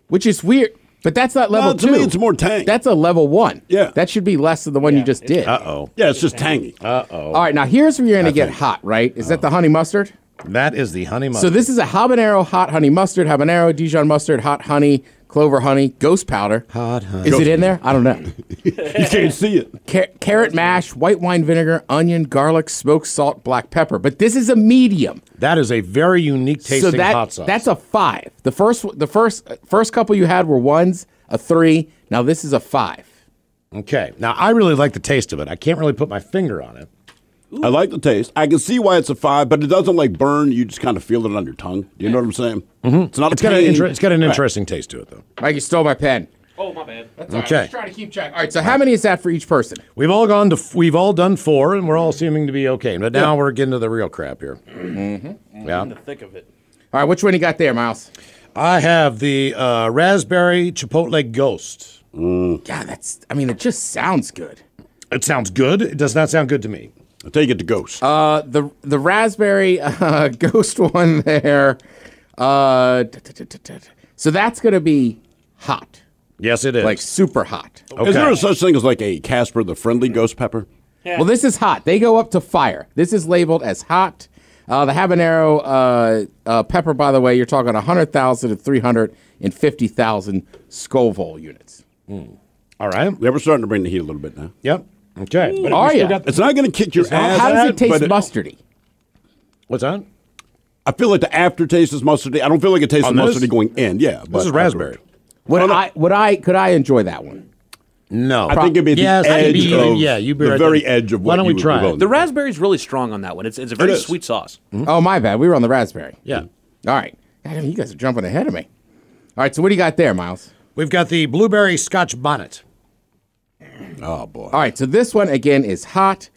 S4: Which is weird, but that's not level
S5: to
S4: two.
S5: me, it's
S3: more tang.
S4: That's a level one.
S3: Yeah.
S4: That should be less than the one you just did. Uh
S5: oh.
S3: Yeah, it's just tangy.
S5: Uh oh.
S4: All right, now here's where you're going to get hot, right? Is that the honey mustard?
S5: That is the honey
S4: So
S5: mustard.
S4: this is a habanero hot honey mustard, habanero, Dijon mustard, hot honey, clover honey, ghost powder. Hot honey. Is
S5: Ghost-
S4: it in there? I don't know.
S3: you can't see it.
S4: Car- carrot mash, white wine vinegar, onion, garlic, smoked salt, black pepper. But this is a medium.
S5: That is a very unique tasting
S4: so that,
S5: hot sauce.
S4: That's a five. The first, w- the first, first couple you had were ones, a three. Now this is a five.
S5: Okay. Now, I really like the taste of it. I can't really put my finger on it.
S3: I like the taste. I can see why it's a five, but it doesn't like burn. You just kind of feel it on your tongue. You know what I'm saying? Mm-hmm. It's not
S5: It's
S3: a
S5: got, an
S3: pain.
S5: inter- it's got an
S3: Right.
S5: interesting taste to it, though.
S4: Mike, you stole my pen.
S6: Oh, my bad. That's
S5: all right. Okay. I'm just
S4: trying to keep track. All right. So how many is that for each person?
S5: We've all gone to, f- we've all done four, and we're all seeming to be okay. But now
S4: Yeah.
S5: we're getting to the real crap here. Mm-hmm. Yeah.
S6: thick of it.
S4: All right. Which one you got there, Miles?
S5: I have the uh, raspberry chipotle ghost.
S3: Mm.
S4: God, that's. I mean, it just sounds good.
S5: It sounds good. It does not sound good to me.
S3: I'll take it to ghost.
S4: Uh, the the raspberry uh, ghost one there. Uh, t- t- t- t- t- so that's gonna be hot,
S5: Yes, it is.
S4: like super hot.
S3: Is there a such thing as like a Casper the Friendly Ghost Pepper?
S4: Well, this is hot. They go up to fire. This is labeled as hot. Uh, the habanero uh, uh, pepper, by the way, you're talking 100,000 to 350,000 Scoville units.
S5: All right.
S4: Hmm.
S3: Yeah, we're starting to bring the heat a little bit now.
S5: Yep. Okay.
S3: But we still got- it's not going to kick your ass.
S4: Oh, How does it taste
S3: but
S4: mustardy?
S5: What's that?
S3: I feel like the aftertaste is mustardy. I don't feel like it tastes
S4: On this?
S3: mustardy going in. Yeah, but
S4: is raspberry. Would I? Would I? Could I enjoy that one?
S5: No,
S3: I think it'd be at the
S4: Yes,
S3: edge
S4: I'd be-
S3: of
S4: yeah, you'd be
S3: the
S4: right
S3: very
S4: there.
S3: edge of what
S4: Why don't
S3: you
S4: we
S3: would
S4: try
S3: be
S4: it?
S3: going
S6: The raspberry's really strong on that one. It's it's a very
S4: is.
S6: sweet sauce.
S4: Oh, my bad. We were on the raspberry.
S5: Yeah.
S4: All right. God, you guys are jumping ahead of me. All right. So what do you got there, Miles?
S5: We've got the blueberry Scotch bonnet.
S3: Oh boy.
S4: All right. So this one again is hot.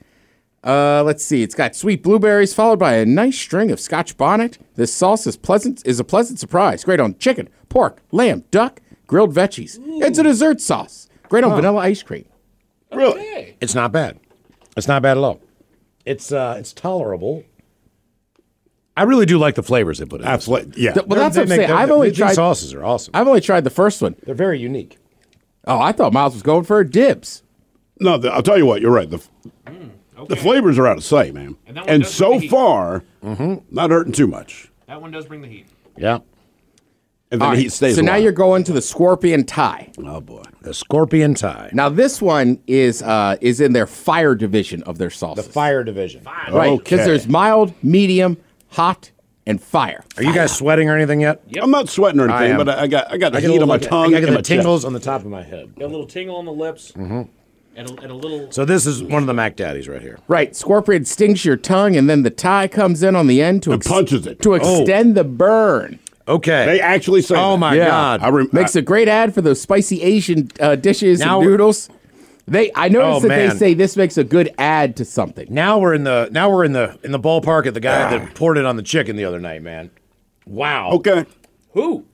S4: Uh, let's see. It's got sweet blueberries followed by a nice string of Scotch bonnet. This sauce is pleasant is a pleasant surprise. Great on chicken, pork, lamb, duck, grilled veggies. It's a dessert sauce. Great on vanilla ice cream.
S3: Really?
S5: It's not bad. It's not bad at all. It's uh, it's tolerable. I really do like the flavors they put in.
S3: Absolutely,
S4: Th- well, that's what I'm saying. I've only
S5: these
S4: tried
S5: sauces are awesome.
S4: I've only tried the first one.
S5: They're very unique.
S4: Oh, I thought Miles was going for a dibs.
S3: No, the, I'll tell you what. You're right. The, f- the flavors are out of sight, man. And, so far,
S4: Mm-hmm.
S3: not hurting too much.
S6: That one does bring the heat.
S5: Yeah.
S3: And then
S4: All
S3: the
S4: right,
S3: heat stays.
S4: So now
S3: alive.
S4: you're going to the scorpion tie.
S3: Oh boy,
S5: the scorpion tie.
S4: Now this one is uh, is in their fire division of their sauces. The
S5: fire division,
S4: right? Because
S5: Okay.
S4: there's mild, medium, hot, and fire.
S5: Are you guys sweating or anything yet?
S3: I'm not sweating or
S5: I
S3: anything,
S5: am.
S3: but I I got I got the
S5: I get a
S3: heat on
S5: little-
S3: my
S5: I get-
S3: tongue
S5: I get
S3: and
S5: the
S3: my
S5: tingles
S3: chest.
S5: on the top of my head.
S6: Got a little tingle on the lips
S3: Mm-hmm.
S5: Mhm.
S6: and, a, and a little.
S5: So this is one of the Mac Daddies right here.
S4: Right, scorpion stings your tongue, and then the tie comes in on the end to ex-
S3: punches it
S4: to
S3: Oh.
S4: extend the burn.
S5: Okay,
S3: They actually say.
S4: Oh
S3: that.
S4: my god!
S3: I rem-
S4: Makes a great ad for those spicy Asian uh, dishes
S5: Now
S4: and
S5: we're-
S4: noodles. They, I noticed
S5: Oh,
S4: that they
S5: man.
S4: say this makes a good ad to something.
S5: Now we're in the now we're in the in the ballpark at the guy that poured it on the chicken the other night, man. Wow.
S3: Ah. Okay.
S6: Who?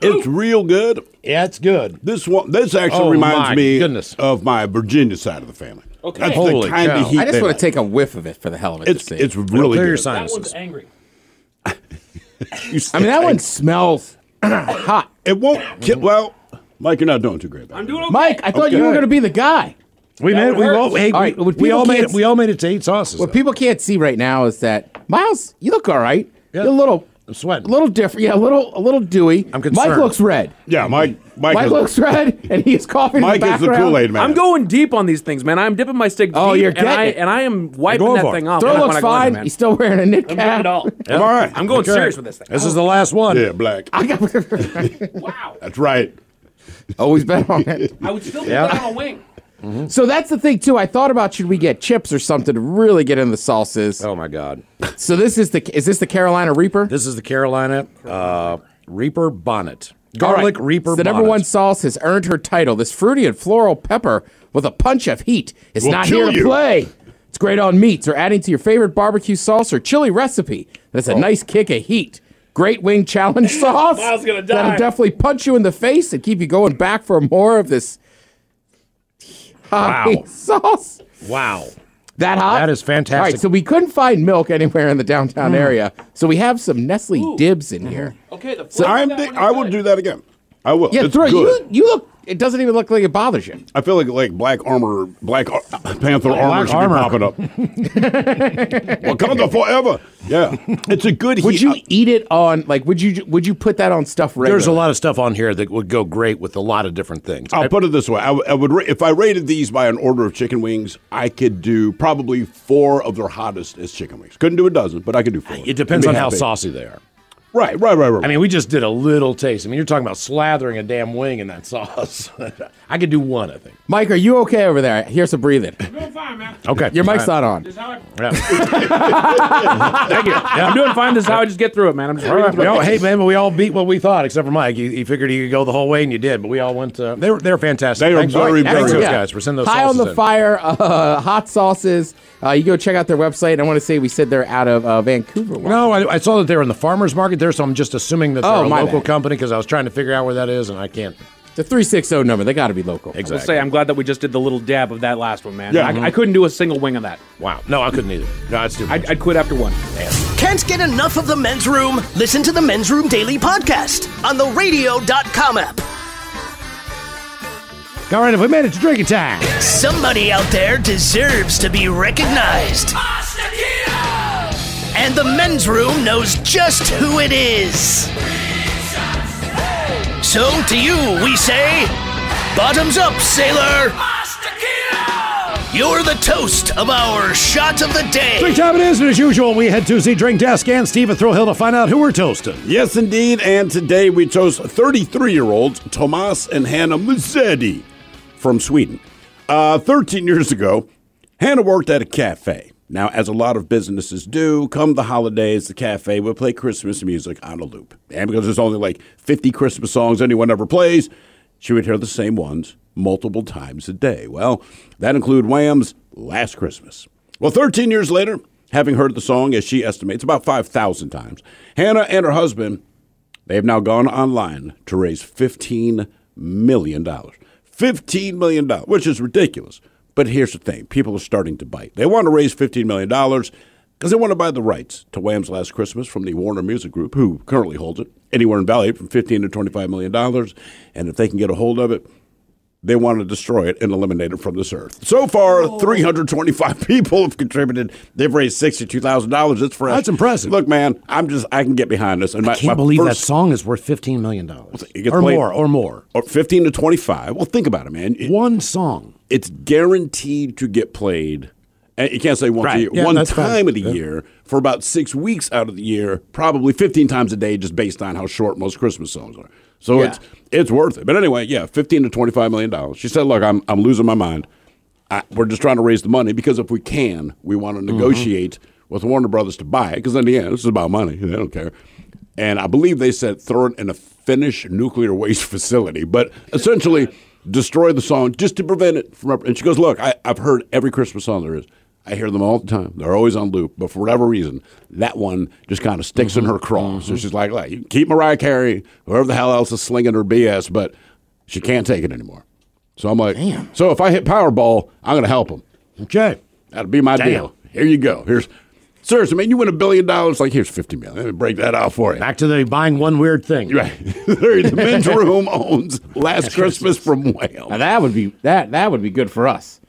S3: It's real good.
S5: Yeah, it's good.
S3: This one, this actually
S5: Oh,
S3: reminds
S5: my
S3: me of my Virginia side of the family. that's the kind of heat.
S4: I just
S3: they
S4: want
S3: like.
S4: to take a whiff of it for the hell of it.
S3: It's-
S4: to see.
S3: it's really Clear your good.
S6: That one's angry.
S4: I mean, that one smells hot.
S3: It won't kill. Well, Mike, you're not doing too great. I'm
S6: doing okay.
S4: Mike, I thought you were
S3: Okay.
S4: going to be the guy.
S5: We
S4: That
S5: made
S4: one
S5: we all
S4: hurts.
S5: hey,
S4: All right,
S5: we,
S4: what
S5: we all
S4: people
S5: made
S4: can't
S5: it, we all made it to eight sauces.
S4: What people can't see right now is that Miles, you look all right. You're a little
S5: I'm sweating.
S4: A little different. Yeah, a little a little dewy. I'm Mike
S5: concerned.
S4: looks red.
S3: Yeah, Mike.
S4: Mike,
S3: is-
S4: looks red, and he's coughing. in the background.
S6: I'm going deep on these things, man. I'm dipping my stick.
S4: Oh,
S6: deep,
S4: you're
S6: and
S4: getting
S6: I,
S4: it.
S6: and I am wiping
S5: going
S6: that
S5: for it.
S6: thing off.
S5: Throw
S6: when I-
S5: looks
S6: when I go in,
S5: fine.
S6: man.
S4: He's still wearing a knit
S6: I'm
S4: cap.
S6: doing it all.
S5: I'm all right.
S6: I'm going
S5: Okay.
S6: serious with this thing.
S5: This is the last one.
S3: Yeah, black. wow. That's right.
S4: Always bet on it.
S6: I would still put
S4: Yeah.
S6: that on a wing.
S4: Mm-hmm. So that's the thing too. I thought about should we get chips or something to really get in the sauces. Oh
S5: my god!
S4: So this is the is this the Carolina Reaper?
S5: This is the Carolina uh, Reaper bonnet.
S4: All
S5: Garlic
S4: right.
S5: Reaper
S4: It's The number
S5: bonnet.
S4: one sauce has earned her title. This fruity and floral pepper with a punch of heat is
S5: Will
S4: not
S5: kill
S4: here to
S5: you.
S4: play. It's great on meats or adding to your favorite barbecue sauce or chili recipe. That's
S5: Oh.
S4: a nice kick of heat. Great wing challenge sauce.
S6: Miles gonna die.
S4: That'll definitely punch you in the face and keep you going back for more of this hot
S5: Wow.
S4: sauce.
S5: Wow.
S4: That hot?
S5: That is
S4: All
S5: fantastic.
S4: right, so we couldn't find milk anywhere in the downtown
S5: Mm.
S4: area, so we have some Nestle dibs in here.
S6: Okay, the
S4: So-
S3: I'm thi- I will do that again. I will.
S4: Yeah,
S3: it's
S4: throw it.
S3: good.
S4: you. You look. It doesn't even look like it bothers you.
S3: I feel like like black armor, black Ar- panther
S4: Black
S3: armor should
S4: armor.
S3: be popping up. Wakanda forever. Yeah, it's a good.
S4: Would
S3: heat.
S4: you eat it on like? Would you would you put that on stuff? Regular?
S5: There's a lot of stuff on here that would go great with a lot of different things.
S3: I'll put it this way: I, w- I would ra- if I rated these by an order of chicken wings, I could do probably four of their hottest as chicken wings. Couldn't do a dozen, but I could do four.
S5: It depends on
S3: And be
S5: how
S3: happy.
S5: saucy they are.
S3: Right, right, right, right.
S5: I mean, we just did a little taste. I mean, you're talking about slathering a damn wing in that sauce. I could do one, I think.
S4: Mike, are you okay over there? Here's some breathing.
S5: Okay.
S4: Your mic's
S5: All
S4: not on.
S5: right. Yeah.
S6: Thank you. I'm doing fine. This is how I just get through it, man. I'm just
S5: All
S6: reading
S5: right,
S6: through
S5: we all,
S6: it.
S5: hey man, but we all beat what we thought, except for Mike. He, he figured he could go the whole way, and you did. But we all went. Uh, they were they're fantastic.
S3: They are
S5: Thanks,
S3: very,
S5: thanks,
S3: very
S5: those
S3: good.
S5: guys. For sending those
S4: High on
S5: sauces
S4: the
S5: in.
S4: fire, uh, hot sauces. Uh, you go check out their website. I want to say we said they're out of uh, Vancouver.
S5: No, Oh, I, I saw that they were in the farmers market there, so I'm just assuming that they're
S4: Oh,
S5: a
S4: my
S5: local
S4: bad.
S5: company because I was trying to figure out where that is, and I can't.
S4: The three six zero number. They got to be local.
S6: We'll say I'm glad that we just did the little dab of that last one, man.
S5: Yeah.
S6: I,
S5: Mhm.
S6: I couldn't do a single wing of that.
S5: Wow. No, I couldn't either. No, that's too
S6: I'd, I'd quit after one.
S12: Can't get enough of the men's room? Listen to the men's room daily podcast on the radio.com app.
S5: All right, if we made it to drinking time.
S12: Somebody out there deserves to be recognized. And the men's room knows just who it is. So to you, we say, bottoms up, sailor. You're the toast of our shot of the day.
S5: Drink time it is, and as usual, we head to the drink desk and Steve at Thrill Hill to find out who we're toasting.
S3: Yes, indeed. And today we chose 33 year olds Tomas and Hannah Mazzetti from Sweden. Uh, 13 years ago, Hannah worked at a cafe. Now, as a lot of businesses do, come the holidays, the cafe would play Christmas music on a loop. And because there's only like 50 Christmas songs anyone ever plays, she would hear the same ones multiple times a day. Well, that include Wham's Last Christmas. Well, 13 years later, having heard the song, as she estimates, about 5,000 times, Hannah and her husband, they have now gone online to raise $15 million. $15 million, which is ridiculous. But here's the thing people are starting to bite. They want to raise $15 million because they want to buy the rights to Wham's Last Christmas from the Warner Music Group, who currently holds it, anywhere in value from $15 to $25 million. And if they can get a hold of it, they want to destroy it and eliminate it from this earth. So far,
S5: Oh.
S3: 325 people have contributed. They've raised $62,000. That's fresh. That's impressive. Look, man, I'm just, I can get behind this. And my,
S5: I can't
S3: my
S5: believe that
S3: first-
S5: song is worth $15 million.
S3: it gets
S5: or
S3: played-
S5: more, or more.
S3: Or 15 to 25. Well, think about it, man.
S5: one song.
S3: It's guaranteed to get played. uh, You can't say once
S5: Right.
S3: a year,
S5: Yeah,
S3: one
S5: that's fine.
S3: time of the
S5: Yeah.
S3: year for about six weeks out of the year, probably 15 times a day, just based on how short most Christmas songs are. So
S5: Yeah.
S3: it's it's worth it. But anyway, yeah, 15 to 25 million dollars. She said, "Look, I'm I'm losing my mind. I, we're just trying to raise the money because if we can, we want to negotiate with Warner Brothers to buy it because in the end, this is about money. They don't care." And I believe they said throw it in a Finnish nuclear waste facility, but essentially destroy the song just to prevent it from. And she goes, "Look, I, I've heard every Christmas song there is. I hear them all the time. They're always on loop, but for whatever reason, that one just kind of sticks in her
S5: Mm-hmm.
S3: craw. So she's like, like, you can keep Mariah Carey, whoever the hell else is slinging her BS, but she can't take it anymore. So I'm like, Damn. so if I hit Powerball, I'm going to help him.
S5: Okay.
S3: That'll be my
S5: Damn.
S3: deal. Here you go. Here's, seriously, man, you win a billion dollars. Like, here's 50 million. Let me break that out for you.
S5: Back to the buying one weird thing.
S3: Right. the men's room owns Last Christmas from Whale.
S4: Now that would be that that would be good for us.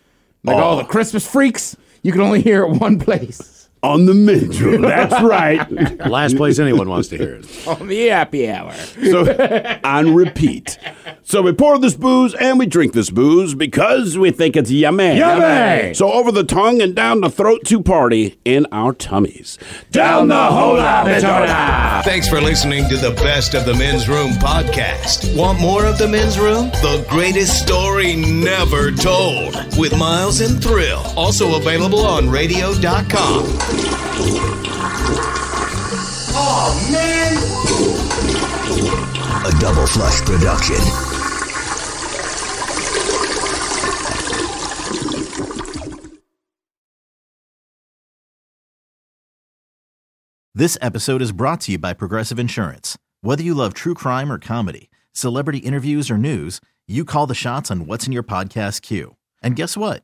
S4: Like
S3: Oh.
S4: all the Christmas freaks, you can only hear at one place.
S3: On the men's room. Oh, That's right.
S5: Last place anyone wants to hear it.
S4: on the happy hour.
S3: So on repeat. So we pour this booze and we drink this booze because we think it's yummy.
S7: Yummy!
S3: So over the tongue and down the throat to party in our tummies. Down the hola, Midorla!
S2: Thanks for listening to the Best of the Men's Room podcast. Want more of the Men's Room? The greatest story never told with Miles and Thrill. Also available on radio.com.
S7: Oh, man.
S2: A double flush production.
S1: This episode is brought to you by Progressive Insurance. Whether you love true crime or comedy, celebrity interviews or news, you call the shots on what's in your podcast queue. And guess what?